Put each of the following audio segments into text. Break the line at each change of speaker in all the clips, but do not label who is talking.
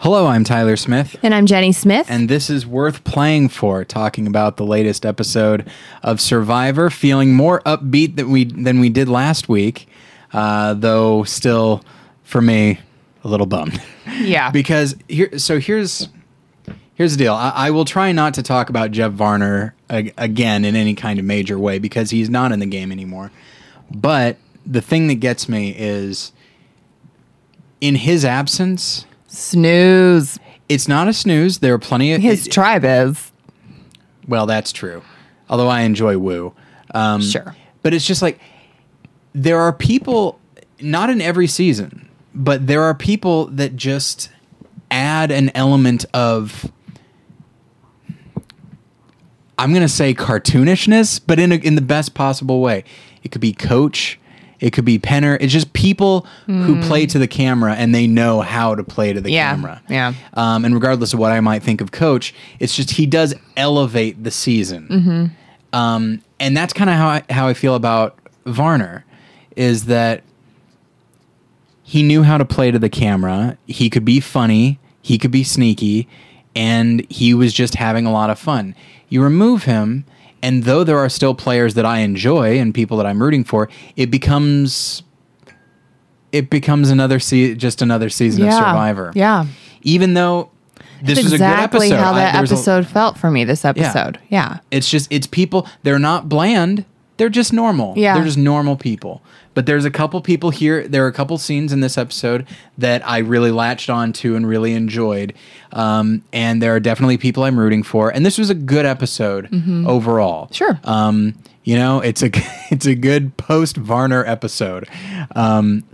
I'm Tyler Smith.
And I'm Jenny Smith.
And this is Worth Playing For, talking about the latest episode of Survivor, feeling more upbeat than we, than we did last week, uh, though still, for me, a little bummed.
yeah.
because here, so here's here's the deal. I, I will try not to talk about Jeff Varner ag- again in any kind of major way because he's not in the game anymore. But the thing that gets me is in his absence,
Snooze.
it's not a snooze. There are plenty of
His
it-
tribe is.
well, that's true. Although I enjoy Woo. Um,
Sure.
But it's just like there are people, not in every season, but there are people that just add an element of. I'm gonna say cartoonishness, but in a, in the best possible way. It could be coach, it could be Penner. It's just people who play to the camera and they know how to play to the
Hmm. Yeah,
camera.
yeah.
Um, and regardless of what I might think of Coach, it's just he does elevate the season.
Mm-hmm.
Um, and that's kind of how I, how I feel about Varner, is that he knew how to play to the camera. He could be funny. He could be sneaky, and he was just having a lot of fun. You remove him, and though there are still players that I enjoy and people that I'm rooting for, it becomes it becomes another se- just another season
yeah.
of Survivor.
Yeah.
Even though this
That's
was
exactly
a good episode,
how
I-
that
there was a-
episode felt for me this episode. Yeah.
it's just it's people. They're not bland. They're just normal.
Yeah.
They're just normal people. But there's a couple people here. There are a couple scenes in this episode that I really latched on to and really enjoyed. Um, and there are definitely people I'm rooting for. And this was a good episode overall.
Mm-hmm. Sure.
Um, you know, it's a it's a good post Varner episode. Um,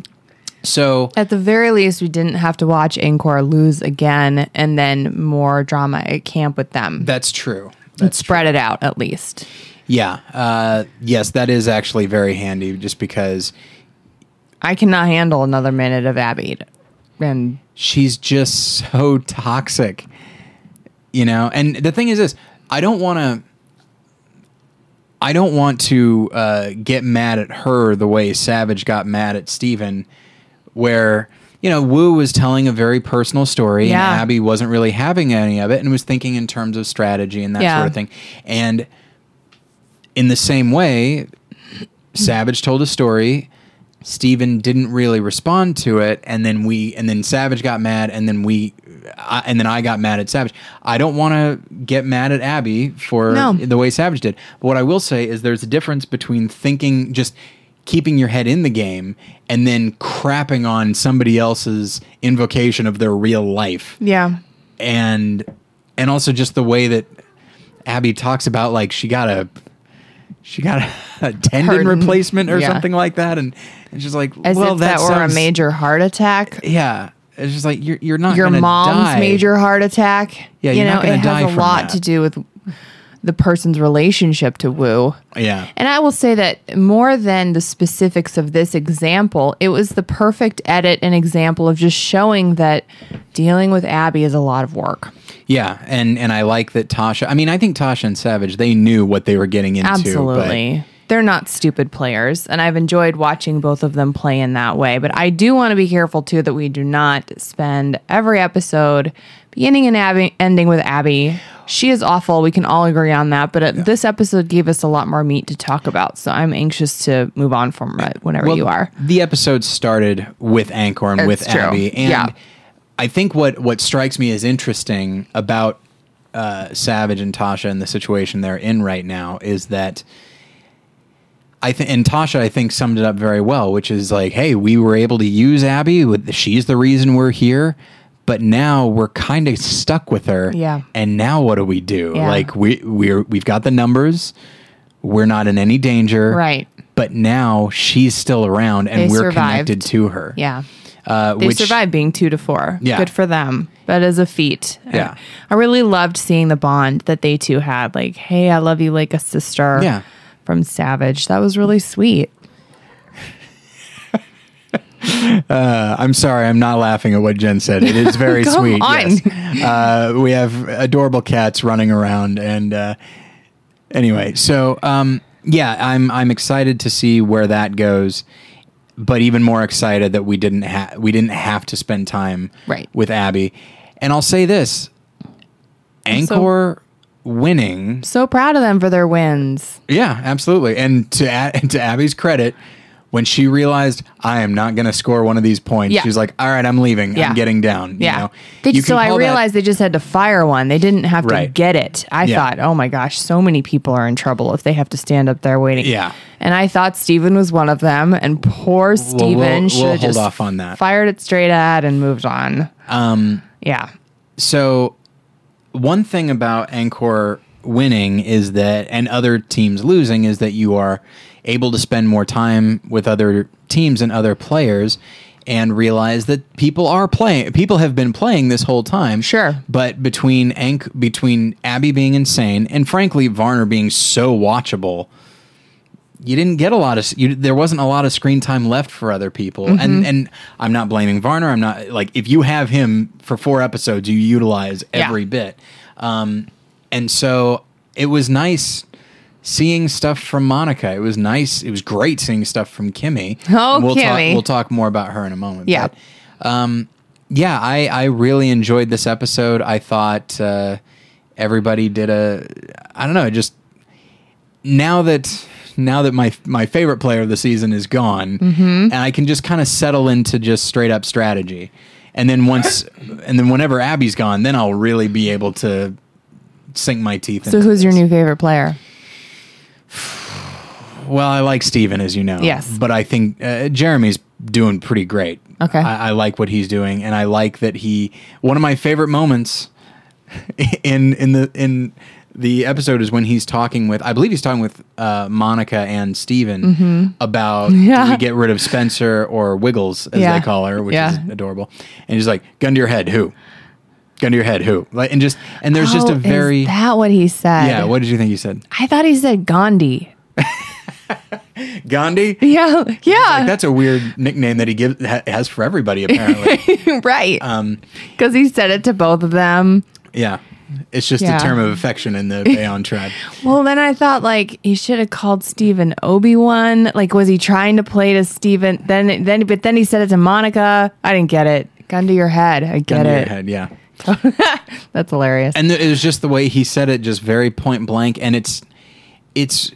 so
At the very least, we didn't have to watch Encore lose again and then more drama at camp with them.
that's true.
and spread it out at least.
Yeah. Uh, yes, that is actually very handy, just because
I cannot handle another minute of Abby. And
she's just so toxic you know and the thing is this i don't want to i don't want to uh, get mad at her the way savage got mad at steven where you know wu was telling a very personal story
Yeah.
and abby wasn't really having any of it and was thinking in terms of strategy and that
Yeah.
sort of thing and in the same way savage told a story Steven didn't really respond to it, and then we, and then Savage got mad, and then we, I, and then I got mad at Savage. I don't want to get mad at Abby for
No.
the way Savage did. But what I will say is, there's a difference between thinking, just keeping your head in the game, and then crapping on somebody else's invocation of their real life
yeah.
and and also just the way that Abby talks about like she got a she got a, tendon
Hurting.
replacement or
Yeah.
something like that, and and she's like,
As
well,
if that, were
sounds-
a major heart attack.
yeah. It's just like you're you're not
Your
gonna
mom's
die.
major heart attack.
Yeah,
you
you're
know,
not
it
gonna
has
die
a
from
lot
that.
to do with the person's relationship to Wu.
yeah
And I will say that more than the specifics of this example, it was the perfect edit and example of just showing that dealing with Abby is a lot of work.
yeah and and I like that Tasha. I mean, I think Tasha and Savage they knew what they were getting into. but-
Absolutely. They're not stupid players, and I've enjoyed watching both of them play in that way. But I do want to be careful too that we do not spend every episode beginning and Abby, ending with Abby. She is awful. We can all agree on that. But uh this episode gave us a lot more meat to talk about, so I'm anxious to move on from it whenever you are.
The episode started with Anchor and
It's
with
true.
Abby, and
Yeah.
I think what what strikes me as interesting about uh, Savage and Tasha and the situation they're in right now is that I think and Tasha I think summed it up very well, which is like, hey, we were able to use Abby. With she's the reason we're here. But now we're kind of stuck with her,
Yeah.
And now what do we do?
Yeah.
Like we we're we've got the numbers, we're not in any danger,
Right.
but now she's still around and
They
we're
survived.
connected to her.
Yeah.
Uh,
They
which,
survived being two to four.
Yeah.
Good for them. That is a feat.
Yeah.
I, I really loved seeing the bond that they two had. Like, hey, I love you like a sister
Yeah.
from Savage. That was really sweet.
Uh, I'm sorry, I'm not laughing at what Jen said. It is very
Come
sweet.
on.
yes. Uh, we have adorable cats running around, and uh, anyway, so um, yeah, I'm I'm excited to see where that goes, but even more excited that we didn't ha- we didn't have to spend time
Right.
with Abby, And I'll say this Anchor winning.
So proud of them for their wins.
Yeah, absolutely. And to, A- to Abby's credit, when she realized I am not going to score one of these points,
Yeah.
she was like, all right, I'm leaving.
Yeah.
I'm getting down.
Yeah.
You know?
They-
You can
so I
call that-
realized they just had to fire one. They didn't have to
Right.
get it. I
Yeah.
thought, oh my gosh, so many people are in trouble if they have to stand up there waiting.
Yeah.
And I thought Steven was one of them, and poor Steven
we'll
should have
hold
just
off on that.
fired it straight at and moved on. Um, yeah.
So, one thing about Angkor winning is that, and other teams losing, is that you are able to spend more time with other teams and other players and realize that people are playing people have been playing this whole time
Sure.
but between Ank between Abby being insane and frankly Varner being so watchable you didn't get a lot of you, there wasn't a lot of screen time left for other people
Mm-hmm.
and and i'm not blaming varner i'm not like if you have him for four episodes you utilize
Yeah.
every bit um and so it was nice seeing stuff from monica it was nice it was great seeing stuff from kimmy
Oh,
And we'll
Kimmy.
talk we'll talk more about her in a moment
Yeah.
but, yeah, I, I really enjoyed this episode. I thought uh, everybody did a I don't know, it just now that now that my my favorite player of the season is gone,
Mm-hmm.
and I can just kind of settle into just straight up strategy. And then once and then whenever Abby's gone, then I'll really be able to sink my teeth
So
into
who's your
this.
new favorite player?
Well, I like Steven, as you know.
Yes.
But I think uh, Jeremy's doing pretty great.
Okay.
I, I like what he's doing, and I like that he. One of my favorite moments in in the in the episode is when he's talking with I believe he's talking with uh, Monica and Steven about do
Mm-hmm. Yeah.
we get rid of Spencer or Wiggles as
Yeah.
they call her, which
Yeah.
is adorable. And he's like, "Gun to your head, who? Gun to your head, who?" Like, and just and there's just
Oh,
a
is
very
that what he said.
yeah. What did you think you said,
I thought he said Gandhi.
Gandhi?
Yeah.
Like,
Yeah.
that's a weird nickname that he gives ha- has for everybody apparently.
right. Um because he said it to both of them.
yeah. It's just
Yeah.
a term of affection in the Aeon tribe.
Well, then I thought like he should have called Steven Obi-Wan. Like was he trying to play to Steven? Then then but then he said it to Monica. I didn't get it. Gun to your head. I get
Under your
it.
head, yeah.
That's hilarious.
And th- it was just the way he said it just very point blank and it's it's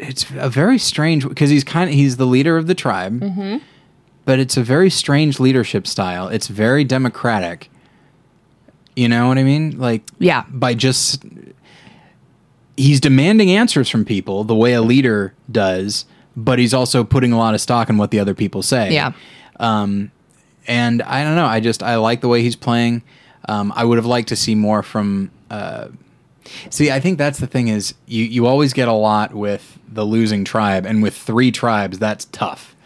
it's a very strange because he's kind of he's the leader of the tribe.
Mm-hmm.
But it's a very strange leadership style. It's very democratic. You know what I mean? Like
Yeah.
by just he's demanding answers from people the way a leader does, but he's also putting a lot of stock in what the other people say.
Yeah.
Um, and I don't know. I just I like the way he's playing. Um, I would have liked to see more from. Uh, see, I think that's the thing is you you always get a lot with the losing tribe, and with three tribes that's tough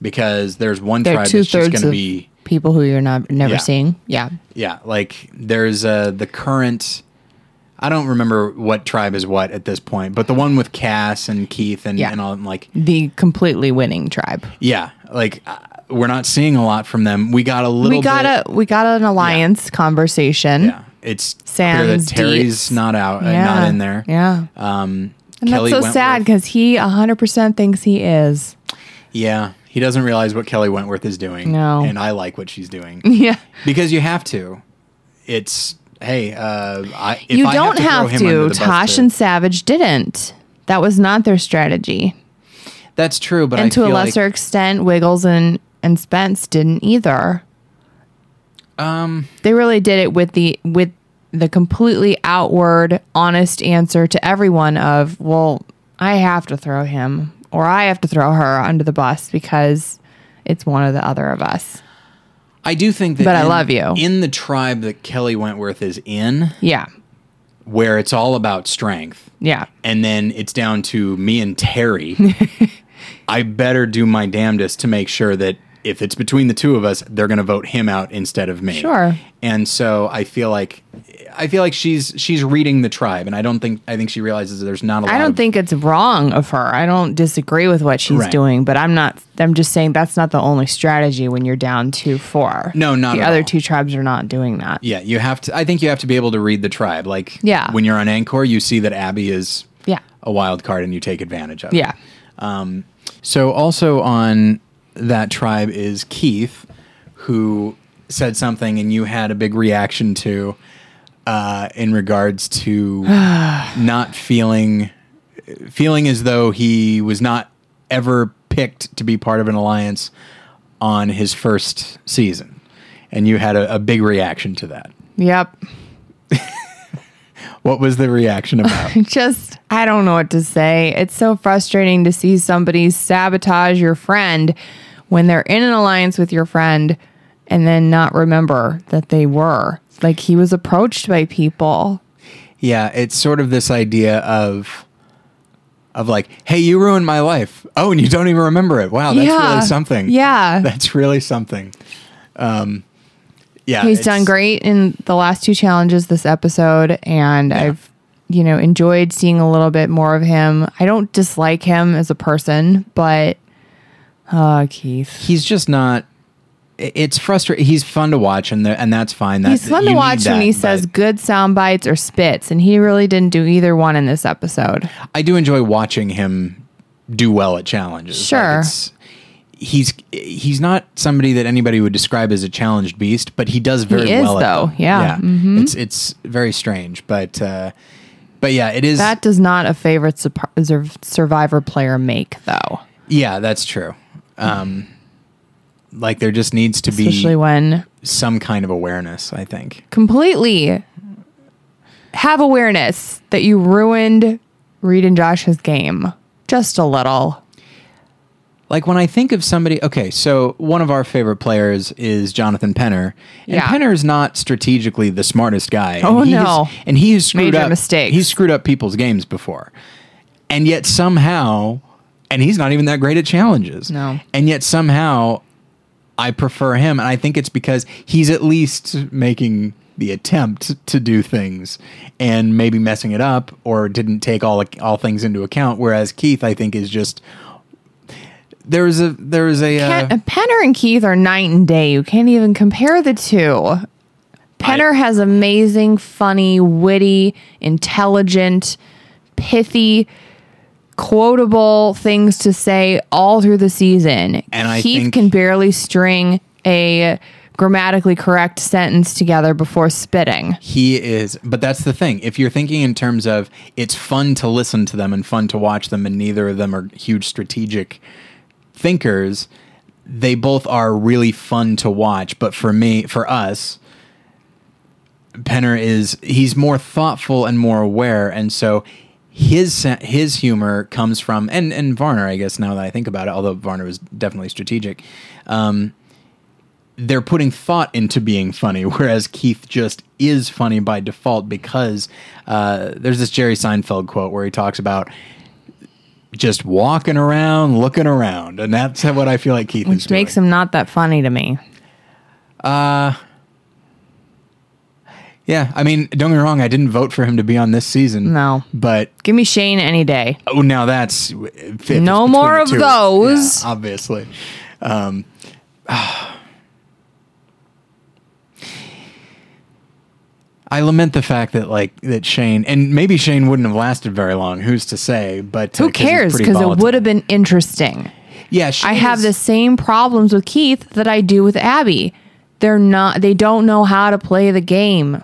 because there's one
They're
tribe
two
that's just
thirds
going to
of
be
people who you're not never
Yeah.
seeing. Yeah.
yeah, like there's uh, the current. I don't remember what tribe is what at this point, but the one with Cass and Keith and,
Yeah.
and all, and like,
The completely winning tribe.
yeah, like uh, we're not seeing a lot from them. We got a little.
We got
bit,
a we got an alliance conversation.
Yeah, it's clear that
Sans
Terry's
Dietz.
not out,
Yeah.
uh, not in there.
Yeah.
Um,
and
Kelly
that's so
Wentworth-
sad because he 100% thinks he is.
Yeah, he doesn't realize what Kelly Wentworth is doing.
No.
and I like what she's doing
Yeah.
because you have to. It's hey, uh, I if
you
I have
don't
to. throw
have
him
to.
under the bus
Tosh
too.
and Savage didn't. That was not their strategy.
that's true, but I
And to a
feel like-
lesser extent, Wiggles and, and Spence didn't either.
um.
They really did it with the with the completely outward, honest answer to everyone of, well, I have to throw him or I have to throw her under the bus because it's one of the other of us.
I do think that
But I love you.
in the tribe that Kelly Wentworth is in,
Yeah.
where it's all about strength,
Yeah.
and then it's down to me and Terry. I better do my damnedest to make sure that if it's between the two of us, they're going to vote him out instead of me.
Sure.
And so I feel like I feel like she's she's reading the tribe, and I don't think I think she realizes that there's not a lot.
I don't
of,
think it's wrong of her. I don't disagree with what she's
Um, Right.
doing, but I'm not. I'm just saying that's not the only strategy when you're down two four.
No, not
the
at
other
all.
two tribes are not doing that.
Yeah, you have to. I think you have to be able to read the tribe. Like,
Yeah.
when you're on Anchor, you see that Abby is
Yeah.
a wild card, and you take advantage of. it.
Yeah,
So also on that tribe is Keith, who said something and you had a big reaction to uh, in regards to not feeling feeling as though he was not ever picked to be part of an alliance on his first season. And you had a, a big reaction to that.
Yep.
What was the reaction about?
just I don't know what to say. It's so frustrating to see somebody sabotage your friend when they're in an alliance with your friend and then not remember that they were. Like he was approached by people.
yeah, it's sort of this idea of of like, hey, you ruined my life. Oh, and you don't even remember it. Wow, that's
Yeah.
really something.
Yeah.
That's really something. Um yeah.
He's
Uh, it's-
done great in the last two challenges this episode and I've you know enjoyed seeing a little bit more of him. I don't dislike him as a person, but uh Keith.
He's just not i- it's frustrating. He's fun to watch, and the, and that's fine. That,
He's fun
you
to
need
watch when
that,
he says
but-
good sound bites or spits, and he really didn't do either one in this episode.
I do enjoy watching him do well at challenges. Like,
Sure.
it's- he's he's not somebody that anybody would describe as a challenged beast, but he does very
is,
well. at
though.
them.
Yeah. Mm-hmm.
It's it's very strange, but uh, but yeah, it is.
That does not a favorite sup- sur- survivor player make, though,
yeah, that's true. Um, like there just needs to
especially
be
when
some kind of awareness. I think.
completely have awareness that you ruined Reed and Josh's game just a little.
like when I think of somebody, okay, so one of our favorite players is Jonathan Penner, and
Yeah.
Penner is not strategically the smartest guy. and
Oh,
he
no.
has- and he has screwed
Major
up
mistakes.
He's screwed up people's games before, and yet somehow, and he's not even that great at challenges.
No.
and yet somehow, I prefer him, and I think it's because he's at least making the attempt to do things and maybe messing it up or didn't take all all things into account. Whereas Keith, I think, is just there is a there is a uh,
Pen- Penner and Keith are night and day. You can't even compare the two. Penner has amazing, funny, witty, intelligent, pithy, quotable things to say all through the season.
And I
Keith
think-
can barely string a grammatically correct sentence together before spitting.
he is but that's the thing if you're thinking in terms of it's fun to listen to them and fun to watch them and neither of them are huge strategic thinkers they both are really fun to watch but for me for us penner is he's more thoughtful and more aware and so his sen- his humor comes from and and varner i guess now that i think about it although varner was definitely strategic um, they're putting thought into being funny, whereas Keith just is funny by default because uh, there's this Jerry Seinfeld quote where he talks about just walking around, looking around, and that's what I feel like Keith is
Which makes him not that funny to me.
Yeah, I mean, don't get me wrong, I didn't vote for him to be on this season.
No.
but
Give me Shane any day.
oh, now that's if it's
No
between
more
the
of
two-
those.
yeah, obviously, Um, I lament the fact that like that Shane and maybe Shane wldn't have lasted very long. Who's to say? But uh,
Who
'cause he's
cares?
pretty
Because it
volatile.
would have been interesting.
Yeah,
I
Shane
have
is-
the same problems with Keith that I do with Abby. They're not they don't know how to play the game.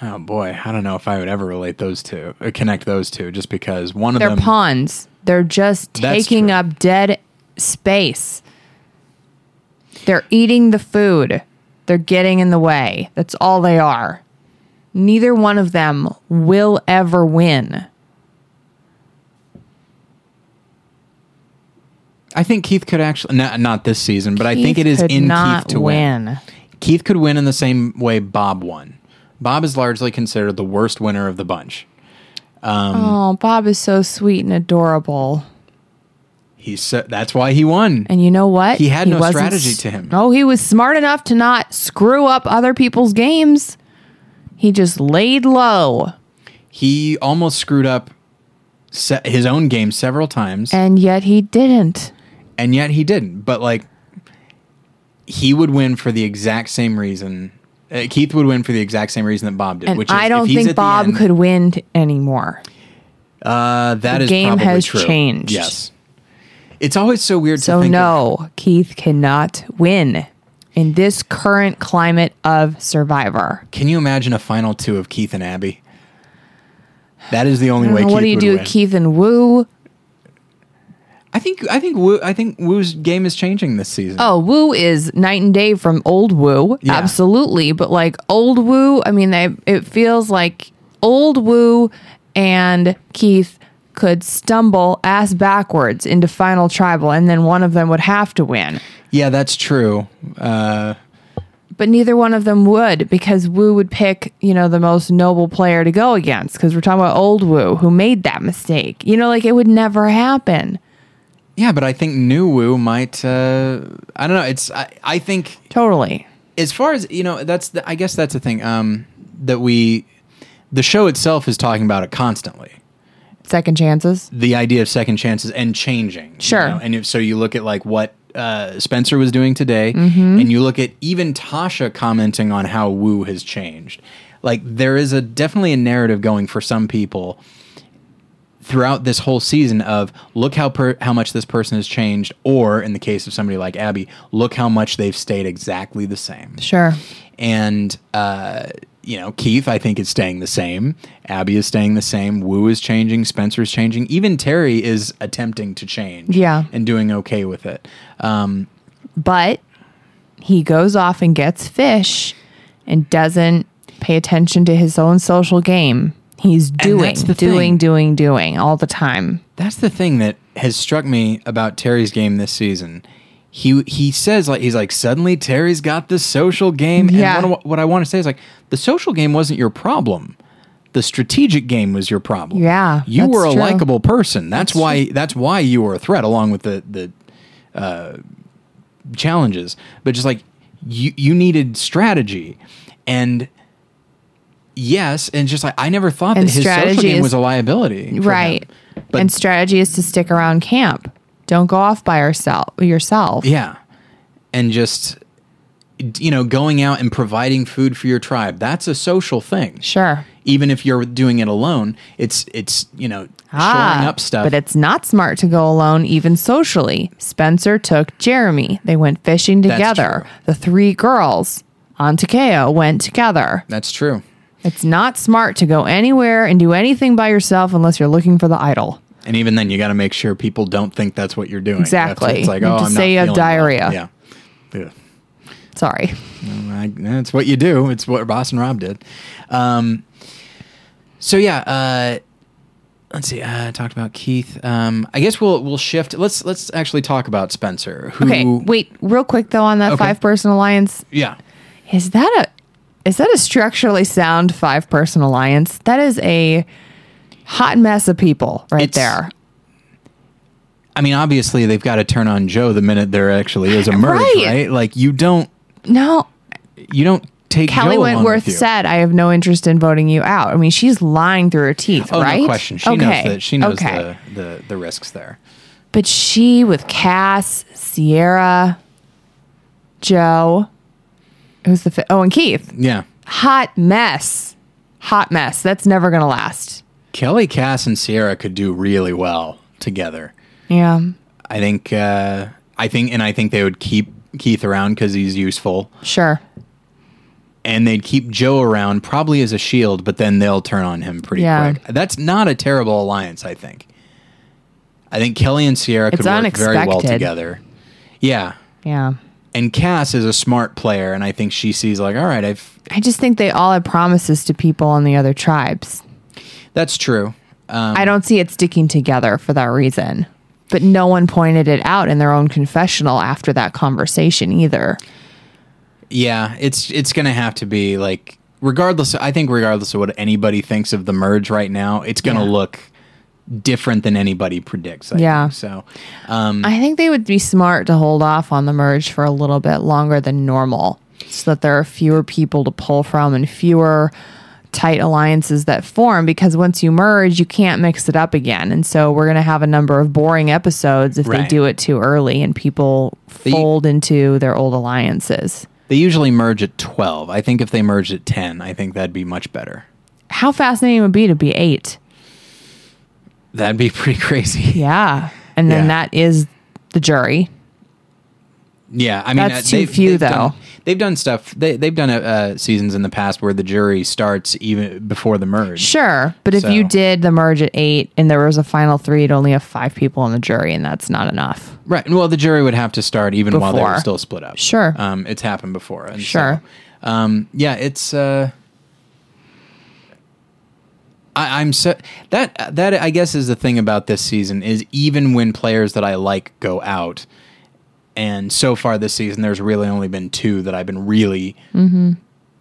Oh boy, I don't know if I would ever relate those two, or connect those two, just because one of
They're
them.
pawns. They're just
That's
taking
true.
up dead space. They're eating the food. They're getting in the way. That's all they are. Neither one of them will ever win.
I think Keith could actually not, not this season, but I think it is
could
in
not
Keith to win. Keith could win in the same way Bob won. Bob is largely considered the worst winner of the bunch.
oh, Bob is so sweet and adorable.
He's so, that's why he won.
And you know what?
He had no
wasn't
strategy
s-
to him.
No, he was smart enough to not screw up other people's games. He just laid low.
He almost screwed up se- his own game several times.
And yet he didn't.
and yet he didn't. But like, he would win for the exact same reason. Uh, Keith would win for the exact same reason that Bob did.
And
which is
I don't
if he's at
think
the
Bob
end-
could win t- anymore.
Uh, that is
game
probably
has
true.
changed.
Yes, it's always so weird.
So,
to think of-
no, Keith cannot win. in this current climate of Survivor.
Can you imagine a final two of Keith and Abby? That is the only way.
Now,
Keith
what do you
would
do
win.
with Keith and Woo?
I think I think Wu, I think Wu's game is changing this season.
Oh, Woo is night and day from old Woo.
Yeah.
Absolutely. But like old Woo, I mean, they, it feels like old Woo and Keith could stumble ass backwards into final tribal and then one of them would have to win.
Yeah, that's true. Uh,
But neither one of them would because Woo would pick, you know, the most noble player to go against because we're talking about old Woo who made that mistake. You know, like it would never happen.
yeah, but I think New Wu might. Uh, I don't know. It's I, I think
Totally.
as far as you know, that's the, I guess that's the thing um, that we the show itself is talking about it constantly.
Second chances.
the idea of second chances and changing. you
Sure.
know? And if, so you look at like what uh, Spencer was doing today,
Mm-hmm.
and you look at even Tasha commenting on how Woo has changed. Like there is a definitely a narrative going for some people throughout this whole season of look how per, how much this person has changed, or in the case of somebody like Abby, look how much they've stayed exactly the same
Sure.
and uh, you know Keith I think is staying the same. Abby is staying the same. Wu is changing. Spencer is changing. Even Terry is attempting to change.
Yeah.
and doing okay with it. Um,
but he goes off and gets fish and doesn't pay attention to his own social game. He's doing,
that's the
doing,
thing.
doing, doing all the time.
that's the thing that has struck me about Terry's game this season. He he says like he's like suddenly Terry's got the social game.
Yeah.
And what, what I want to say is like the social game wasn't your problem. The strategic game was your problem.
Yeah,
you
that's
were a
true.
likable person. That's, why that's why you were a threat along with the the uh, challenges, but just like you you needed strategy and yes, and just like I never thought
And
that his social
strategy
game
is-
was a liability, for
Right.
him. But
and strategy is to stick around camp. Don't go off by yourself yourself.
yeah, and just you know going out and providing food for your tribe that's a social thing.
Sure.
Even if you're doing it alone, it's it's you know shoring up stuff.
Ah, But it's not smart to go alone, even socially. Spencer took Jeremy. They went fishing together.
true.
The three girls on Takeo went together.
that's true.
It's not smart to go anywhere and do anything by yourself unless you're looking for the idol.
And even then, you got to make sure people don't think that's what you're doing. You have to-
Exactly.
it's like,
You
oh,
have to
I'm
say you
not
have
feeling well.
diarrhea.
Yeah. Ugh.
Sorry.
I, that's what you do. It's what Ross and Rob did. Um, so yeah, uh, let's see. Uh, I talked about Keith. Um, I guess we'll we'll shift. Let's let's actually talk about Spencer. Who,
Okay, wait, real quick though on that
Okay.
five person alliance.
Yeah.
Is that a is that a structurally sound five person alliance? That is a hot mess of people right
It's-
there.
I mean, obviously they've got to turn on Joe the minute there actually is a merge,
Right.
right? Like you don't
No.
you don't take
Kelly
Joe along
Wentworth
with you.
said, I have no interest in voting you out. I mean, she's lying through her teeth,
Oh
right?
no question. She knows that she knows
okay.
the, the the risks there.
But she with Cass, Sierra, Joe, who's the fi- oh, and Keith.
Yeah.
Hot mess, hot mess. That's never gonna last.
Kelly, Cass, and Sierra could do really well together.
Yeah,
I think uh, I think and I think they would keep Keith around because he's useful,
sure.
and they'd keep Joe around probably as a shield, but then they'll turn on him pretty
Yeah.
quick. That's not a terrible alliance, I think. I think Kelly and Sierra could
It's
work very well
unexpected.
together. Yeah,
Yeah,
and Cass is a smart player, and I think she sees like, all right, I've
I just think they all had promises to people on the other tribes.
that's true. Um,
I don't see it sticking together for that reason. But no one pointed it out in their own confessional after that conversation either.
Yeah, it's it's gonna have to be like regardless. I think regardless of what anybody thinks of the merge right now, it's gonna
Yeah.
look different than anybody predicts. I
Yeah.
think. So, um,
I think they would be smart to hold off on the merge for a little bit longer than normal so that there are fewer people to pull from and fewer tight alliances that form because once you merge, you can't mix it up again. And so we're going to have a number of boring episodes if they
Right.
do it too early and people
They-
fold into their old alliances.
they usually merge at twelve. I think if they merged at ten, I think that'd be much better.
How fascinating it would be to be eight.
That'd be pretty crazy.
Yeah. And then
Yeah.
that is the jury.
Yeah, I mean uh,
That's too few,
they've
though.
done- they've done stuff. They they've done uh, uh, seasons in the past where the jury starts even before the merge.
Sure, but if you
So-
did the merge at eight and there was a final three, you'd only have five people on the jury, and that's not enough.
Right. Well, the jury would have to start even while they
Before.
were still split up.
Sure.
Um, it's happened before. and so,
Sure.
um, yeah, it's. Uh, I, I'm so that that I guess is the thing about this season is even when players that I like go out, and so far this season there's really only been two that I've been really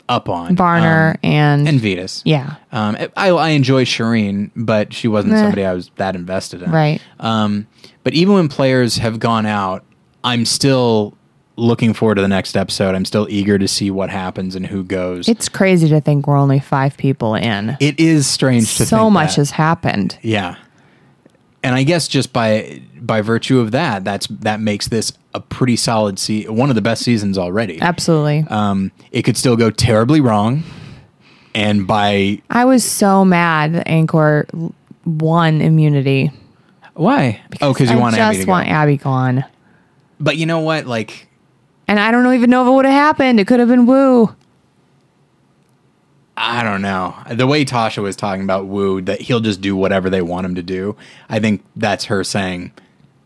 up on
Barner
um,
and,
and Vetus.
yeah,
Um, I, I enjoy Shireen, but she wasn't
Meh.
somebody I was that invested in.
Right.
Um, but even when players have gone out, I'm still looking forward to the next episode. I'm still eager to see what happens and who goes.
it's crazy to think we're only five people in.
it is strange to
so
think
much
that.
has happened.
yeah. And I guess just by by virtue of that, that's that makes this a pretty solid se- one of the best seasons already.
Absolutely.
Um, it could still go terribly wrong, and by
I was so mad that Anchor l- won immunity.
why? oh, because you
I
want
just
Abby to go.
want Abby gone.
But you know what? Like,
And I don't even know if it would have happened. It could have been Woo.
I don't know. The way Tasha was talking about Woo, that he'll just do whatever they want him to do. I think that's her saying,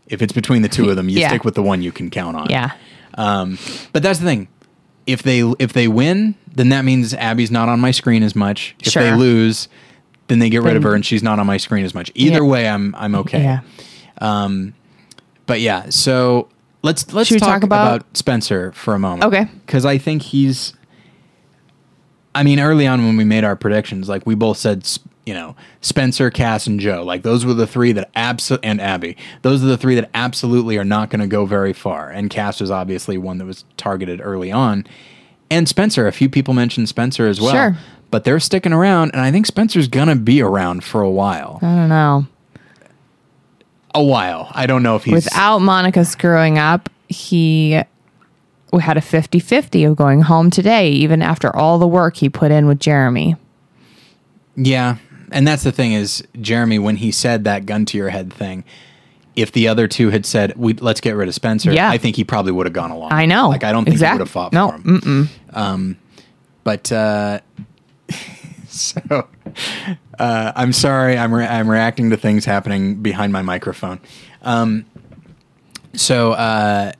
if it's between the two of them, you
Yeah.
stick with the one you can count on.
Yeah.
Um, but that's the thing. If they if they win, then that means Abby's not on my screen as much. If they
Sure.
lose, then they get rid of
Then-
her and she's not on my screen as much. Either
Yeah.
way, I'm I'm okay.
Yeah.
But yeah, so let's let's
Should we
talk,
talk about-
about, Spencer for a moment.
Okay.
Because I think he's. I mean, early on when we made our predictions, like we both said, s- you know, Spencer, Cass, and Joe, like those were the three that abso- and Abby, those are the three that absolutely are not going to go very far. And Cass was obviously one that was targeted early on, and Spencer. A few people mentioned Spencer as well,
Sure.
but they're sticking around, and I think Spencer's going to be around for a while.
I don't know.
a while. I don't know if he's
Without Monica screwing up, he we had a 50 50 of going home today, even after all the work he put in with Jeremy.
Yeah, and that's the thing is Jeremy when he said that gun to your head thing. If the other two had said, "We let's get rid of Spencer,"
Yeah.
I think he probably would have gone along.
I know.
Like I don't think
Exact-
he would have fought
no,
for him. Um, but uh, so uh, I'm sorry. I'm re- I'm reacting to things happening behind my microphone. Um, so uh,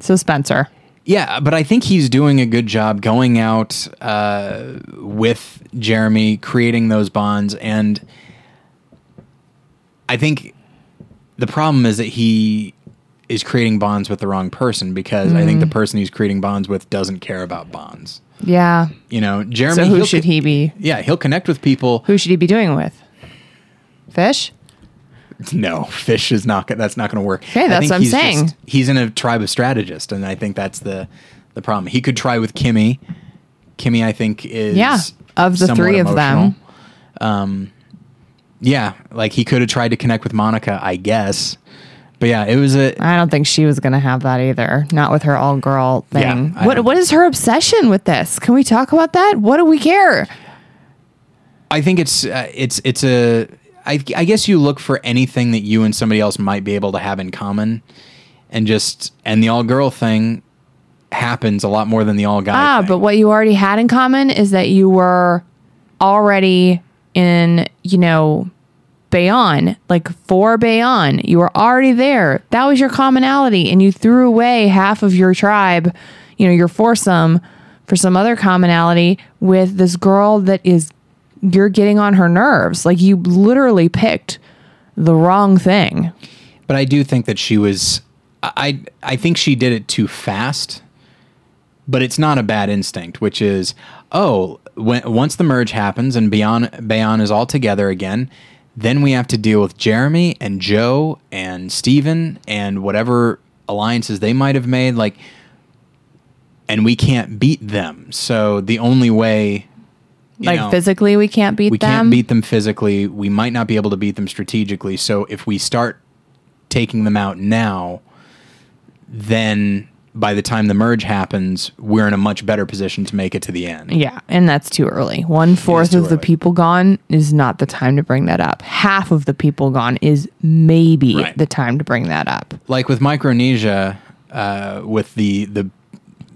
So, Spencer,
yeah, but I think he's doing a good job going out uh, with Jeremy, creating those bonds, and I think the problem is that he is creating bonds with the wrong person because I
Mm-hmm.
think the person he's creating bonds with doesn't care about bonds.
yeah.
You know, Jeremy.
So, who
he'll
should
con-
he be?
Yeah, he'll connect with people.
Who should he be doing it with? Fish?
No, fish is not. go- That's not going to work.
Okay, that's what I'm
he's
saying.
just- he's in a tribe of strategists, and I think that's the the problem. He could try with Kimmy. Kimmy, I think is
Yeah, of the
somewhat
three of them.
emotional. Um, yeah, like he could have tried to connect with Monica, I guess. But yeah, it was a
I don't think she was going to have that either. Not with her all girl
Yeah,
thing.
I
what
don't-
what is her obsession with this? Can we talk about that? What do we care?
I think it's uh, it's it's a. I, I guess you look for anything that you and somebody else might be able to have in common, and just and the all girl thing happens a lot more than the all guy.
Ah,
thing.
but what you already had in common is that you were already in, you know, Bayon, like for Bayon. You were already there. That was your commonality. And you threw away half of your tribe, you know, your foursome for some other commonality with this girl that is, you're getting on her nerves. Like you literally picked the wrong thing.
but I do think that she was. I I think she did it too fast. But it's not a bad instinct, which is, oh, when, once the merge happens and Bayon Bayon is all together again, then we have to deal with Jeremy and Joe and Steven and whatever alliances they might have made, like, and we can't beat them. So the only way, you
Like
know,
physically, we can't beat
we
them.
can't beat them physically. We might not be able to beat them strategically. So if we start taking them out now, then by the time the merge happens, we're in a much better position to make it to the end.
Yeah, and that's too early. One fourth
too
of the
early.
people gone is not the time to bring that up. Half of the people gone is maybe
Right.
the time to bring that up.
Like with Micronesia, uh, uh, with the the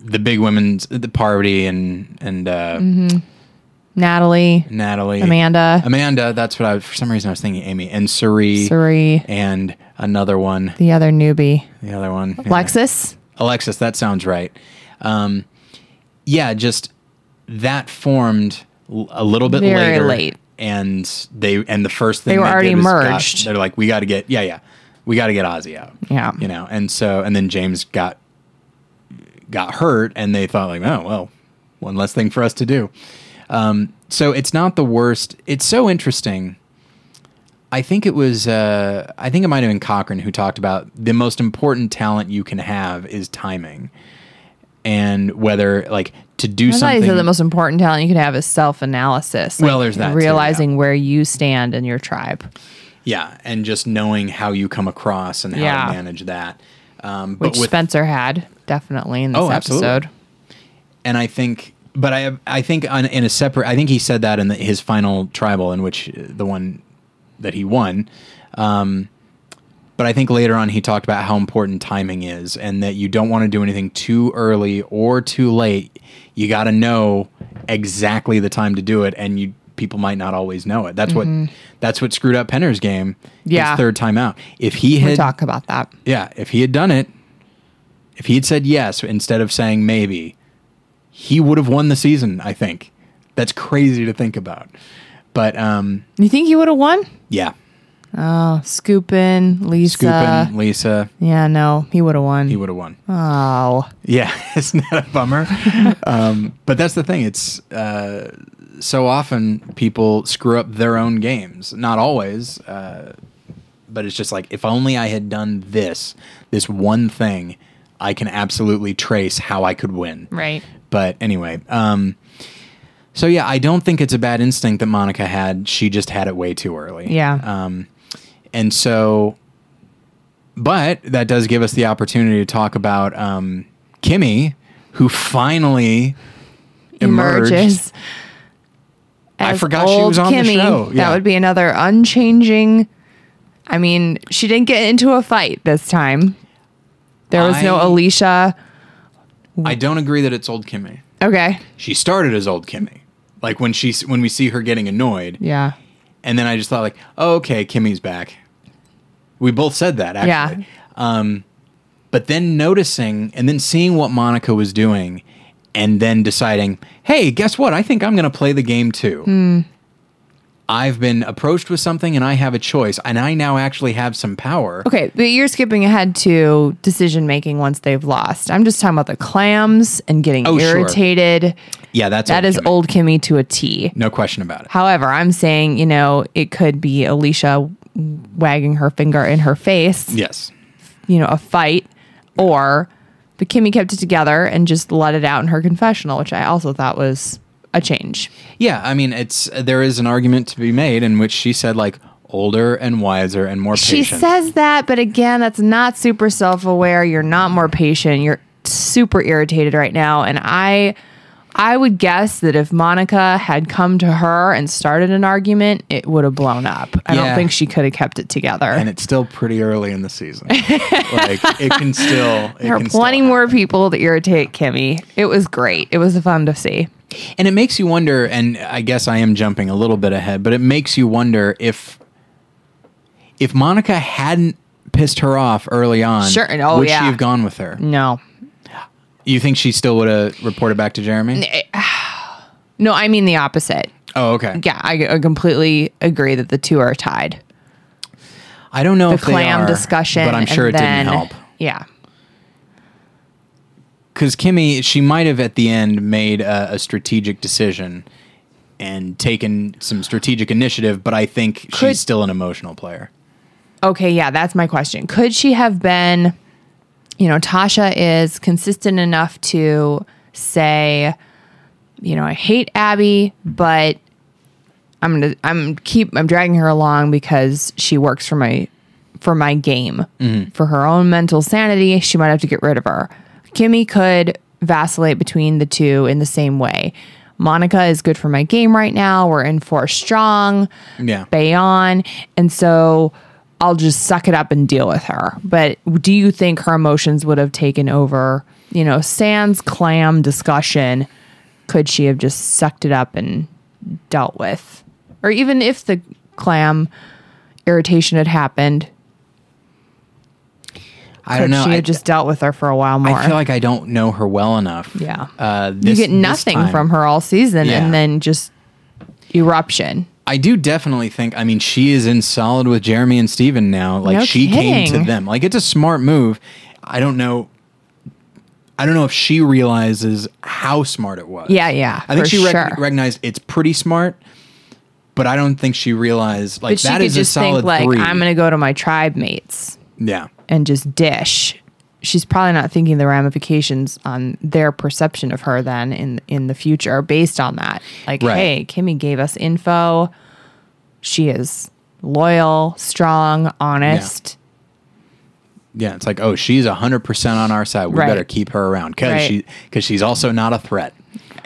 the big women's the Parvati and and uh,
Natalie,
Natalie,
Mm-hmm. Amanda.
Amanda. That's what I for some reason I was thinking Amy and Suri,
Suri.
and another one,
the other newbie,
the other one, yeah.
Lexus.
Alexis, that sounds right. Um, yeah, just that formed l- a little bit
Very
later,
late.
and they and the first thing
They were
did
already
is got-
merged.
they're like, we got to get yeah, yeah, we got to get Ozzy out.
Yeah.
you know, and so and then James got got hurt, and they thought like, oh well, one less thing for us to do. Um, so it's not the worst. It's so interesting. I think it was. Uh, I think it might have been Cochran who talked about the most important talent you can have is timing, and whether like to do
I thought
something.
you said the most important talent you could have is self analysis.
Well, there's that too, yeah.
Realizing where you stand in your tribe,
yeah, and just knowing how you come across and how
Yeah.
to manage that. Um,
which
but with
Spencer had definitely in this
Oh, absolutely.
episode.
and I think, but I I think on, in a separate. I think he said that in the, his final tribal, in which uh, the one that he won. Um, but I think later on he talked about how important timing is, and that you don't want to do anything too early or too late. You got to know exactly the time to do it, and you people might not always know it. That's what that's what screwed up Penner's game.
Yeah.
his third time out. If he
We
had
talk about that.
yeah, if he had done it, if he had said yes instead of saying maybe, he would have won the season, I think. That's crazy to think about. But um
You think he would have won?
yeah,
Oh, Scoopin, Lisa.
Scoopin, Lisa,
Yeah, no, he would have won.
he would have won.
oh,
Yeah, isn't that a bummer? um, but that's the thing. It's uh, so often people screw up their own games. Not always, uh, but it's just like if only I had done this, this one thing, I can absolutely trace how I could win.
right.
But anyway, um, so yeah, I don't think it's a bad instinct that Monica had. She just had it way too early.
Yeah.
Um, and so, but that does give us the opportunity to talk about um, Kimmy, who finally emerged.
Emerges.
I
as
forgot she was
old
on the show. Yeah.
That would be another unchanging. I mean, she didn't get into a fight this time. There was no
I-
Alicia.
I don't agree that it's old Kimmy.
Okay.
She started as old Kimmy, like when she when we see her getting annoyed,
Yeah.
and then I just thought like, oh, okay, Kimmy's back. We both said that actually. Um,
Yeah.
but then noticing and then seeing what Monica was doing and then deciding, hey, guess what? I think I'm going to play the game too.
Hmm.
I've been approached with something and I have a choice and I now actually have some power.
Okay, but you're skipping ahead to decision making once they've lost. I'm just talking about the clams and getting
Oh, sure.
irritated.
Yeah, that's
That is
Kimmy.
old Kimmy to a T.
No question about it.
However, I'm saying, you know, it could be Alicia wagging her finger in her face,
Yes.
you know, a fight, or but Kimmy kept it together and just let it out in her confessional, which I also thought was a change.
Yeah, I mean, it's there is an argument to be made in which she said like older and wiser and more
She
patient.
says that, but again, that's not super self aware. You're not more patient. You're super irritated right now. And I I would guess that if Monica had come to her and started an argument, it would have blown up. I
Yeah.
don't think she could have kept it together.
and it's still pretty early in the season. like it can still. It
there are
can still
plenty
happen.
more people to irritate Kimmy. It was great. It was fun to see.
And it makes you wonder, and I guess I am jumping a little bit ahead, but it makes you wonder if if Monica hadn't pissed her off early on,
Sure, and- oh,
would
yeah.
she have gone with her?
No.
You think she still would have reported back to Jeremy?
eh, No, I mean the opposite.
oh, okay.
Yeah, I, I completely agree that the two are tied.
I don't know
The
if
clam
they are,
discussion.
but I'm sure it
and then,
didn't help.
Yeah.
Because Kimmy, she might have at the end made a, a strategic decision and taken some strategic initiative, but I think
Could-
she's still an emotional player.
okay, yeah, that's my question. Could she have been, you know, Tasha is consistent enough to say, you know, I hate Abby, but I'm gonna I'm keep I'm dragging her along because she works for my for my game. For her own mental sanity, she might have to get rid of her. Kimmy could vacillate between the two in the same way. Monica is good for my game right now. We're in four strong.
Yeah.
Bayon. And so I'll just suck it up and deal with her. But do you think her emotions would have taken over, you know, Sans clam discussion? Could she have just sucked it up and dealt with? Or even if the clam irritation had happened,
I
could
don't know.
she
I,
have just dealt with her for a while more?
I feel like I don't know her well enough.
Yeah.
Uh,
you
this,
get nothing from her all season
Yeah.
and then just eruption.
I do definitely think. I mean, she is in solid with Jeremy and Steven now. Like
No
she came to
kidding.
them. Like it's a smart move. I don't know. I don't know if she realizes how smart it was.
Yeah, yeah,
I think
for
she rec-
sure.
recognized it's pretty smart, but I don't think she realized like
But she
that
could
is a
just
solid
think like,
three.
I'm gonna go to my tribe mates.
yeah.
and just dish. She's probably not thinking the ramifications on their perception of her then in in the future based on that. Like,
Right.
hey, Kimmy gave us info. She is loyal, strong, honest.
Yeah, it's like, oh, she's hundred percent on our side. We
Right.
better keep her around because
Right.
she because she's also not a threat.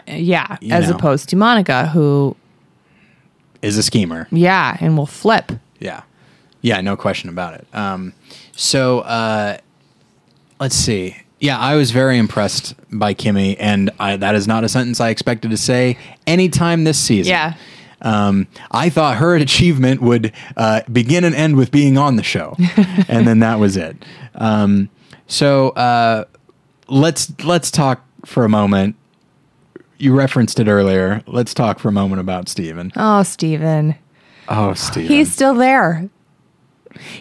Uh, Yeah,
You
as
know.
opposed to Monica, who
Is a schemer.
yeah, and will flip.
Yeah. Yeah, no question about it. Um, so uh, let's see. Yeah, I was very impressed by Kimmy, and I, that is not a sentence I expected to say anytime this season.
Yeah.
Um, I thought her achievement would uh, begin and end with being on the show, and then that was it. Um, so uh, let's let's talk for a moment. You referenced it earlier. Let's talk for a moment about Steven.
Oh, Steven.
Oh, Steven.
He's still there.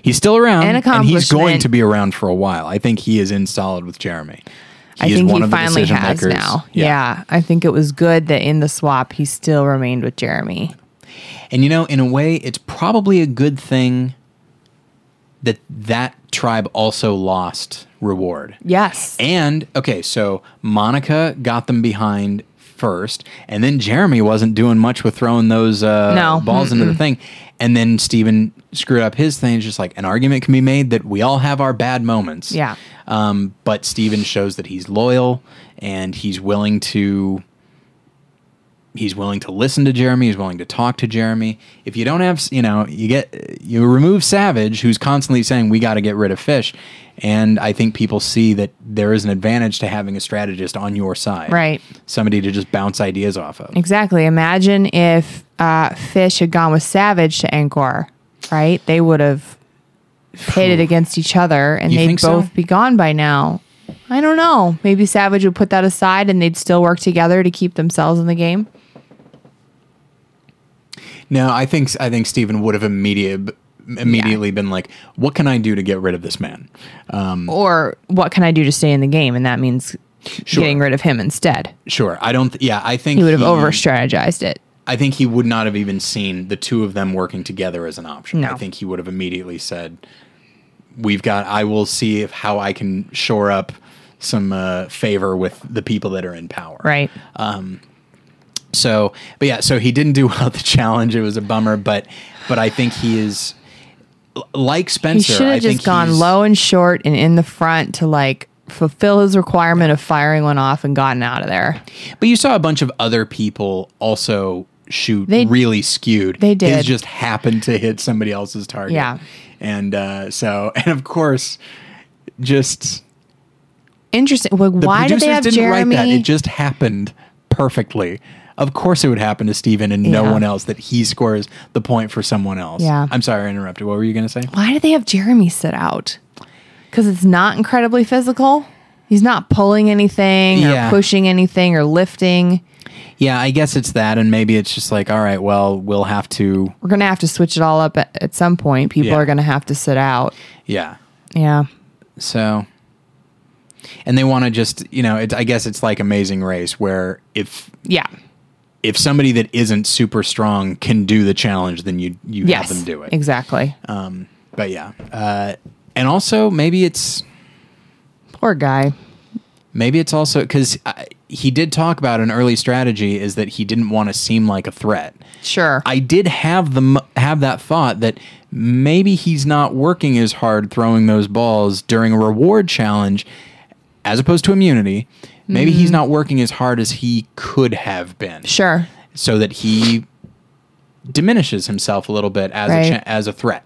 He's still around,
An
and he's going
accomplishment.
to be around for a while. I think he is in solid with Jeremy. He
I
is
think
one
he
of the
finally
decision
has
makers.
now. yeah. I think it was good that in the swap he still remained with Jeremy.
and you know, in a way, it's probably a good thing that that tribe also lost reward.
Yes.
And okay, so Monica got them behind first, and then Jeremy wasn't doing much with throwing those uh,
No.
balls into the thing. And then Steven screwed up his thing. It's just like an argument can be made that we all have our bad moments.
Yeah.
Um, but Steven shows that he's loyal and he's willing to he's willing to listen to Jeremy. He's willing to talk to Jeremy. If you don't have, you know, you get you remove Savage, who's constantly saying we got to get rid of Fish, and I think people see that there is an advantage to having a strategist on your side,
Right.
Somebody to just bounce ideas off of.
Exactly. Imagine if uh, Fish had gone with Savage to Angkor, right? They would have pitted against each other and
You
they'd
think
both
so?
be gone by now. I don't know. Maybe Savage would put that aside and they'd still work together to keep themselves in the game.
No, I think I think Steven would have immediate, immediately been like, "What can I do to get rid of this man?" Hmm.
Or what can I do to stay in the game? And that means
Sure.
getting rid of him instead.
Sure, I don't. Th- yeah, I think
He would have over strategized it.
I think he would not have even seen the two of them working together as an option.
No.
I think he would have immediately said, "We've got. I will see if how I can shore up some uh, favor with the people that are in power."
Right.
Uh, So, but yeah, so he didn't do well at the challenge. It was a bummer, but but I think he is l- like
He
Spencer.
should
I
have
think
just gone
he's-
low and short and in the front to like fulfill his requirement of firing one off and gotten out of there.
But you saw a bunch of other people also shoot
They-
really skewed.
they did.
His just happened to hit somebody else's target.
Yeah.
And uh, so, and of course, just
Interesting. Like,
the
why did
producers
they have
didn't
Jeremy?
write that. It just happened perfectly. Of course, it would happen to Steven and no
Yeah.
one else that he scores the point for someone else.
Yeah.
I'm sorry I interrupted. What were you going to say?
why did they have Jeremy sit out? Because it's not incredibly physical. He's not pulling anything
Yeah.
or pushing anything or lifting.
Yeah, I guess it's that. And maybe it's just like, all right, well, we'll have to.
We're gonna have to switch it all up at, at some point. People
Yeah.
are gonna have to sit out.
Yeah.
Yeah.
So, and they want to just, you know, it, I guess it's like Amazing Race, where if
Yeah.
if somebody that isn't super strong can do the challenge, then you you
Yes.
have them do it.
Exactly.
Um, but yeah, uh, and also maybe it's
Poor guy.
maybe it's also because he did talk about an early strategy is that he didn't want to seem like a threat.
Sure.
I did have the m- have that thought that maybe he's not working as hard throwing those balls during a reward challenge as opposed to immunity. Maybe he's not working as hard as he could have been.
Mm-hmm. sure.
So that he diminishes himself a little bit as
Right.
a cha- as a threat.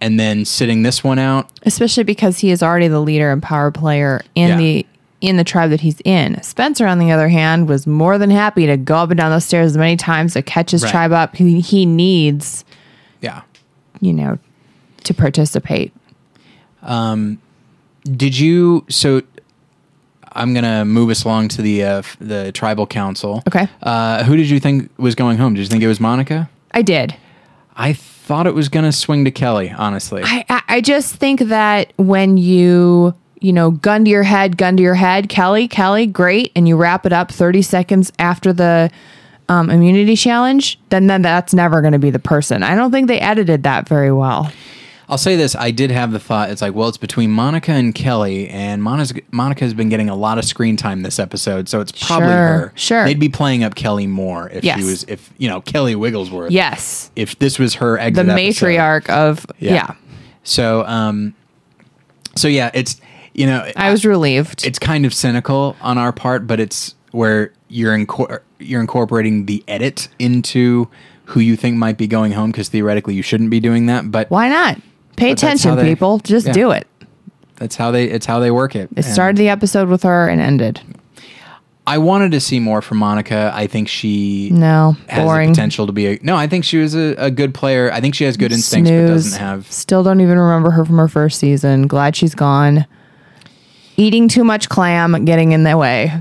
and then sitting this one out.
especially because he is already the leader and power player in
Yeah.
the in the tribe that he's in. Spencer, on the other hand, was more than happy to go up and down those stairs as many times to catch his
Right.
tribe up. He, he needs,
Yeah.
you know, to participate.
Did you? So I'm gonna move us along to the uh, f- the tribal council.
Okay.
Uh, who did you think was going home? Did you think it was Monica?
I did.
I thought it was gonna swing to Kelly. Honestly.
I, I, I just think that when you you know gun to your head gun to your head kelly kelly great and you wrap it up 30 seconds after the um, immunity challenge then, then that's never going to be the person i don't think they edited that very well
I'll say this: I did have the thought. It's like, well, it's between Monica and Kelly, and Monica's, Monica's been getting a lot of screen time this episode, so it's probably
Sure,
her.
sure.
they'd be playing up Kelly more if
Yes.
she was, if you know, Kelly Wigglesworth.
yes
If this was her
the
exit, episode.
matriarch of yeah.
So, um, so yeah, it's you know,
I was relieved.
it's kind of cynical on our part, but it's where you're incor- you're incorporating the edit into who you think might be going home because theoretically you shouldn't be doing that, but
Why not? Pay
But that's how
attention,
they-
people. Just
yeah.
do it.
that's how they it's how they work it.
It started the episode with her and ended.
I wanted to see more from Monica. I think she
No,
has
boring.
the potential to be a no. I think she was a, a good player. I think she has good instincts, but
Snooze.
doesn't have.
Still don't even remember her from her first season. Glad she's gone. Eating too much clam, getting in the way.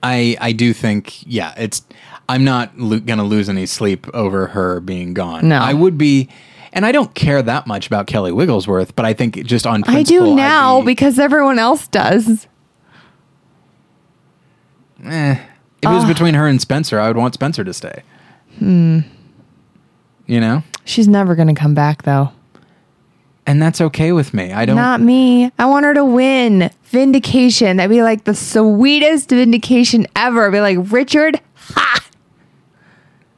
I I do think yeah. It's I'm not lo- gonna lose any sleep over her being gone.
No.
I would be, and I don't care that much about Kelly Wigglesworth, but I think just on
I
principle,
do
I'd
now
be-
because everyone else does.
if it was between her and Spencer, I would want Spencer to stay.
Hmm.
You know,
She's never going to come back though.
and that's okay with me. I don't.
Not me. I want her to win. Vindication. That'd be like the sweetest vindication ever. Be like, Richard,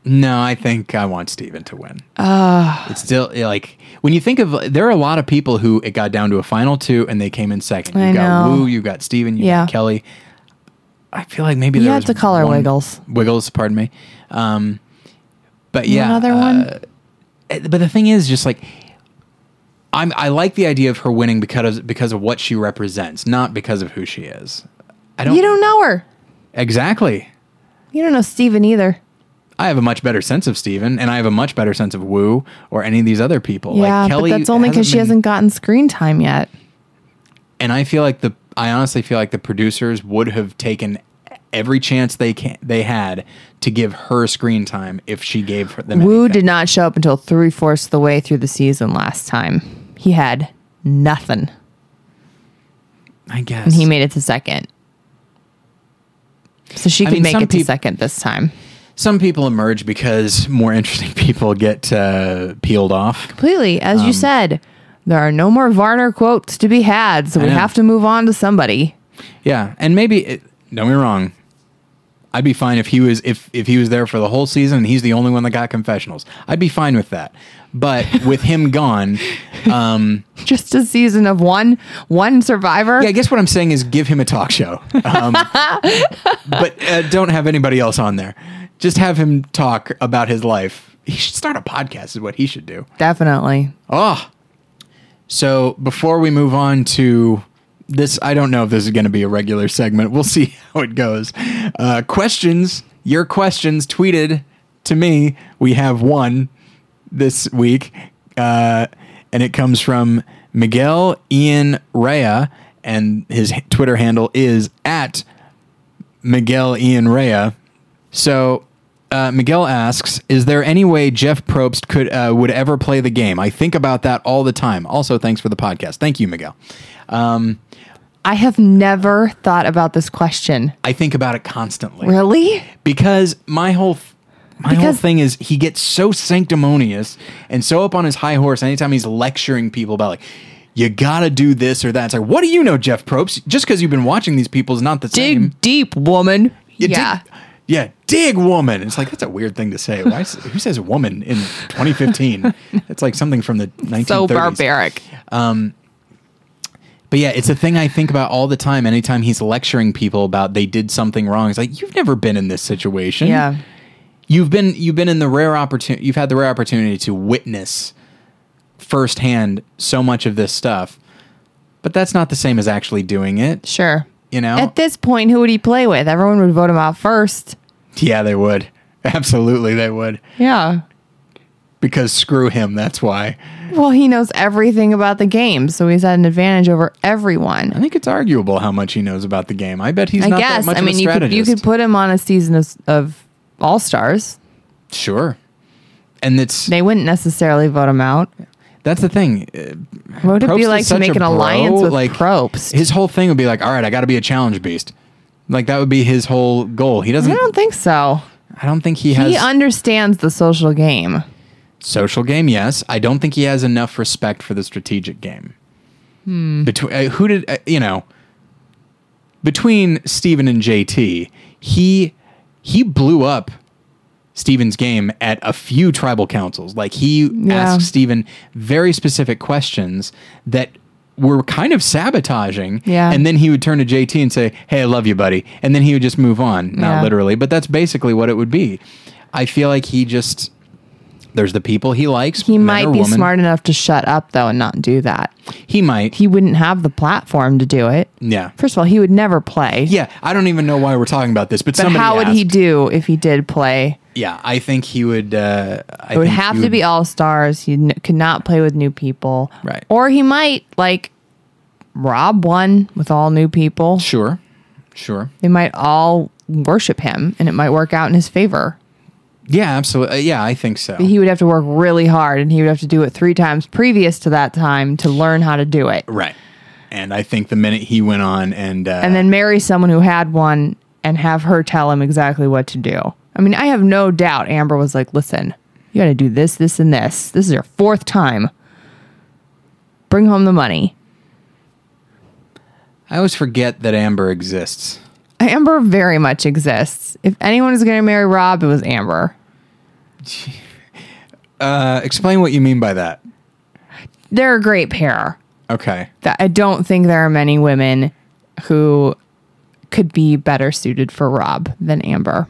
No, I think I want Steven to win.
Ah.
it's still eh, like when you think of there are a lot of people who it got down to a final two and they came in second. You
I
got
know.
Wu, you got Steven, you
Yeah.
got Kelly. I feel like maybe
You
there
have
was
to call her
one-
Wiggles.
Wiggles, pardon me. Um, but yeah, uh,
Another one?
one. But the thing is, just like I'm, I like the idea of her winning because of, because of what she represents, not because of who she is. I don't,
you don't know her.
exactly.
You don't know Steven either.
I have a much better sense of Steven and I have a much better sense of Wu or any of these other people.
yeah,
like Kelly
but that's only because she
been-
hasn't gotten screen time yet.
And I feel like the I honestly feel like the producers would have taken every chance they can they had to give her screen time if she gave her them.
Wu
anything.
did not show up until three fourths of the way through the season last time. He had nothing.
I guess
And he made it to second. So she
I
could
mean,
make
some
it to
peop-
second this time.
some people emerge because more interesting people get uh, peeled off.
Completely. As
Um,
you said, there are no more Varner quotes to be had, so we
know.
have to move on to somebody.
Yeah, and maybe it, don't get me wrong. I'd be fine if he was if if he was there for the whole season and he's the only one that got confessionals. I'd be fine with that. But with him gone,
Just a season of one one survivor.
yeah, I guess what I'm saying is give him a talk show. Um, but uh, don't have anybody else on there. Just have him talk about his life. He should start a podcast is what he should do.
Definitely.
Oh. So before we move on to this, I don't know if this is going to be a regular segment. We'll see how it goes. Uh, questions, your questions tweeted to me. We have one this week, uh, and it comes from Miguel Ian Rea, and his h- Twitter handle is at Miguel Ian Rea. So uh, Miguel asks, "Is there any way Jeff Probst could uh, would ever play the game? I think about that all the time. Also, thanks for the podcast. Thank you, Miguel.
I have never thought about this question.
I think about it constantly
Really?
because my whole." f- my whole
Because-
thing is he gets so sanctimonious and so up on his high horse anytime he's lecturing people about like you gotta do this or that. It's like, what do you know, Jeff Probst? Just because you've been watching these people is not the same.
Dig deep, woman.
You dig-
yeah.
yeah. Dig woman. It's like, that's a weird thing to say. Why, is- who says woman in 2015? It's like something from the 1930s.
so barbaric.
But yeah, it's a thing I think about all the time. Anytime he's lecturing people about they did something wrong, it's like, you've never been in this situation.
Yeah.
You've been, you've been in the rare opportunity, you've had the rare opportunity to witness firsthand so much of this stuff, but that's not the same as actually doing it.
Sure.
You know?
At this point, who would he play with? Everyone would vote him out first.
yeah, they would. Absolutely, they would.
Yeah.
Because screw him. That's why.
Well, he knows everything about the game, so he's at an advantage over
I
everyone.
think it's arguable how much he knows about the game. I bet he's
I
not
guess.
that much
I
of
mean,
a
you could
strategist.
you could put him on a season of, of All Stars.
sure. And it's
They wouldn't necessarily vote him out.
that's the thing. Uh,
What would it
Probst
be
is
like to
such
make
a
an alliance
bro,
with
like,
Probst?
His whole thing would be like, all right, I got to be a challenge beast. Like that would be his whole goal. He doesn't.
I don't think so.
think he has
He understands the social game.
social game. Yes, I don't think he has enough respect for the strategic game.
Hmm.
Between uh, who did uh, you know? Between Steven and JT, he he blew up Steven's game at a few tribal councils. Like he
Yeah.
asked Steven very specific questions that were kind of sabotaging.
Yeah.
And then he would turn to JT and say, Hey, I love you, buddy. And then he would just move on. Not
Yeah.
literally, but that's basically what it would be. I feel like he just there's the people he likes.
He
men
might
or
be
woman.
smart enough to shut up though and not do that.
He might.
He wouldn't have the platform to do it.
yeah.
First of all, he would never play.
Yeah. I don't even know why we're talking about this, but,
But
somebody
how would he
asked.
do if he did play?
Yeah, I think he would. Uh, I
It would
think he
have to be all stars. He n- could not play with new people.
Right.
Or he might like rob one with all new people.
Sure, sure.
They might all worship him and it might work out in his favor.
Yeah, absolutely. yeah, I think so.
He would have to work really hard and he would have to do it three times previous to that time to learn how to do it.
Right. And I think the minute he went on and, uh,
and then marry someone who had one and have her tell him exactly what to do. I mean, I have no doubt Amber was like, listen, you got to do this, this, and this. This is your fourth time. Bring home the money.
I always forget that Amber exists.
Amber very much exists. If anyone is going to marry Rob, it was Amber.
Uh, explain what you mean by that.
They're a great pair.
Okay.
That I don't think there are many women who could be better suited for Rob than Amber.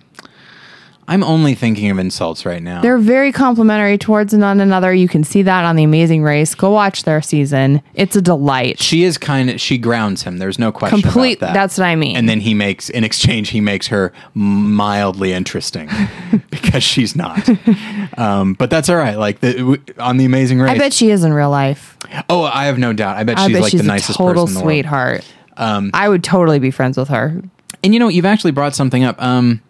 I'm only thinking of insults right now.
They're very complimentary towards one another. You can see that on The Amazing Race. Go watch their season. It's a delight.
she is kind of, she grounds him. There's no question
Complete.
about that.
That's what I mean.
and then he makes, in exchange, he makes her mildly interesting because she's not. Um, but that's all right. Like the, w- on the Amazing Race.
I bet she is in real life.
oh, I have no doubt. I bet
I
she's
bet
like
she's
the
a
nicest
total
person in the world. Um,
sweetheart. I would totally be friends with her.
And you know, you've actually brought something up. Um,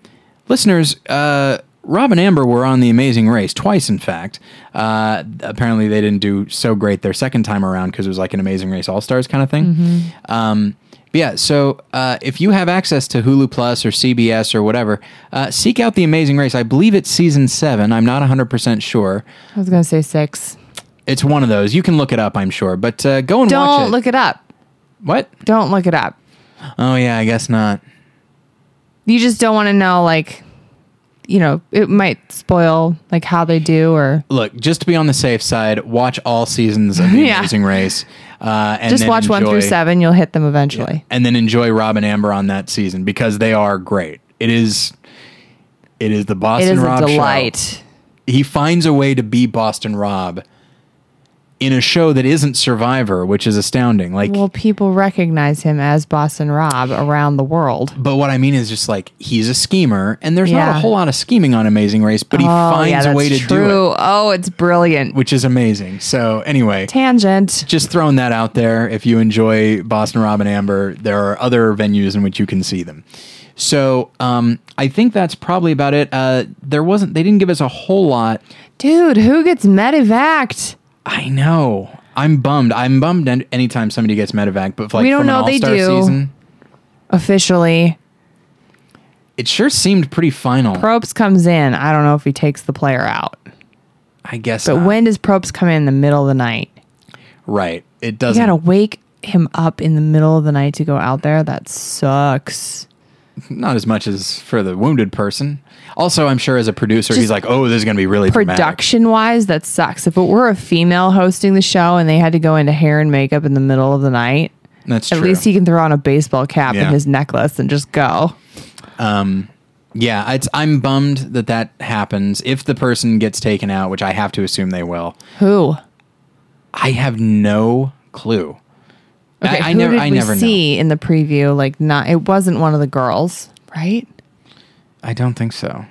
listeners, uh, Rob and Amber were on The Amazing Race twice, in fact. Uh, apparently, they didn't do so great their second time around because it was like an Amazing Race All Stars kind of thing.
Mm-hmm.
Um, but yeah, so uh, if you have access to Hulu Plus or CBS or whatever, uh, seek out The Amazing Race. I believe it's season seven. I'm not 100% sure.
I was gonna say six.
It's one of those. You can look it up, I'm sure. But uh, go and watch
Don't
it.
look it up.
what?
Don't look it up.
Oh, yeah, I guess not.
You just don't want to know, like, you know, it might spoil like how they do or
look, just to be on the safe side, watch all seasons of The
Yeah.
Amazing Race. Uh, and
just
then
watch one through
enjoy-
seven. You'll hit them eventually.
And then enjoy Rob and Amber on that season because they are great. It is, it is the Boston
It is
Rob
a
show.
delight.
He finds a way to be Boston Rob in a show that isn't Survivor, which is astounding. Like,
Well, people recognize him as Boston Rob around the world.
but what I mean is just like he's a schemer, and there's not
Yeah.
a whole lot of scheming on Amazing Race, but he finds a way to do it,
Oh, it's brilliant.
which is amazing. So anyway,
Tangent.
just throwing that out there. If you enjoy Boston Rob and Amber, there are other venues in which you can see them. So um, I think that's probably about it. Uh, there wasn't. They didn't give us a whole lot.
Dude, who gets medevaced?
I know. I'm bummed. I'm bummed an- anytime somebody gets medevac, but like
We don't
from an
know they
all-star
do.
Season,
Officially,
it sure seemed pretty final.
Probst comes in. I don't know if he takes the player out.
I guess.
But
not.
when does Probst come in, in the middle of the night?
right, it
You
doesn't.
gotta wake him up in the middle of the night to go out there. That sucks.
not as much as for the wounded person. Also, I'm sure as a producer, he's
Just
like, "Oh, this is going to be really dramatic."
Production wise, that sucks. If it were a female hosting the show and they had to go into hair and makeup in the middle of the night,
That's
at
true.
least he can throw on a baseball cap
Yeah.
and his necklace and just go.
Yeah, it's, I'm bummed that that happens. If the person gets taken out, which I have to assume they will,
Who?
I have no clue.
Okay,
I, I
who
never,
did
I
we
never know.
see in the preview? Like, not it wasn't one of the girls, right?
I don't think so.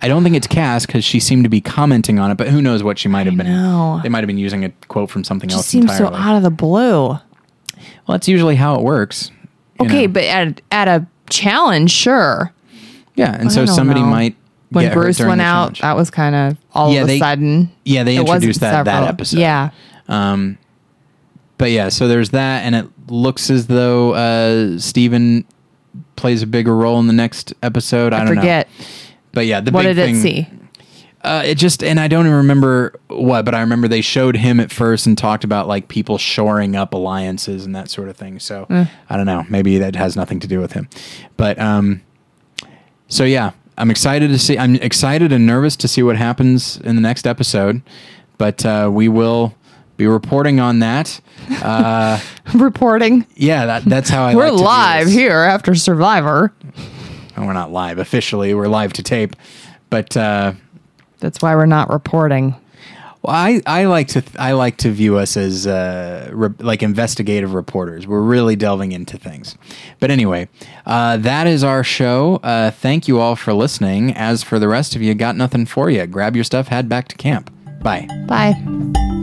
I don't think it's Cass because she seemed to be commenting on it, but who knows what she might have been?
know.
They might have been using a quote from something
Just
else
seems
entirely.
so out of the blue.
Well, that's usually how it works. you
Okay,
know?
but at at a challenge, sure.
yeah, and
I
so
don't
somebody
know.
might
when
get hurt
Bruce
during
went
the
out,
challenge.
that was kind of all
Yeah,
of
they-
a sudden.
yeah, they
It wasn't
introduced that that
several.
episode.
Yeah,
Um, but yeah, so there's that, and it looks as though uh, Steven plays a bigger role in the next episode. I,
I,
don't
forget
know. But yeah, the
what
big
did
thing,
it see.
Uh, it just and I don't even remember what, but I remember they showed him at first and talked about like people shoring up alliances and that sort of thing. So
Mm.
I don't know, maybe that has nothing to do with him. But um, so yeah, I'm excited to see. I'm excited and nervous to see what happens in the next episode, but uh, we will be reporting on that. Uh,
Reporting.
yeah, that, that's how I.
We're
like to do
live
this.
here after Survivor.
Oh, we're not live officially. We're live to tape, but. Uh,
That's why we're not reporting.
Well, I, I like to th- I like to view us as uh, re- like investigative reporters. We're really delving into things. But anyway, uh, that is our show. Uh, thank you all for listening. As for the rest of you, got nothing for you. Grab your stuff, head back to camp. Bye.
Bye.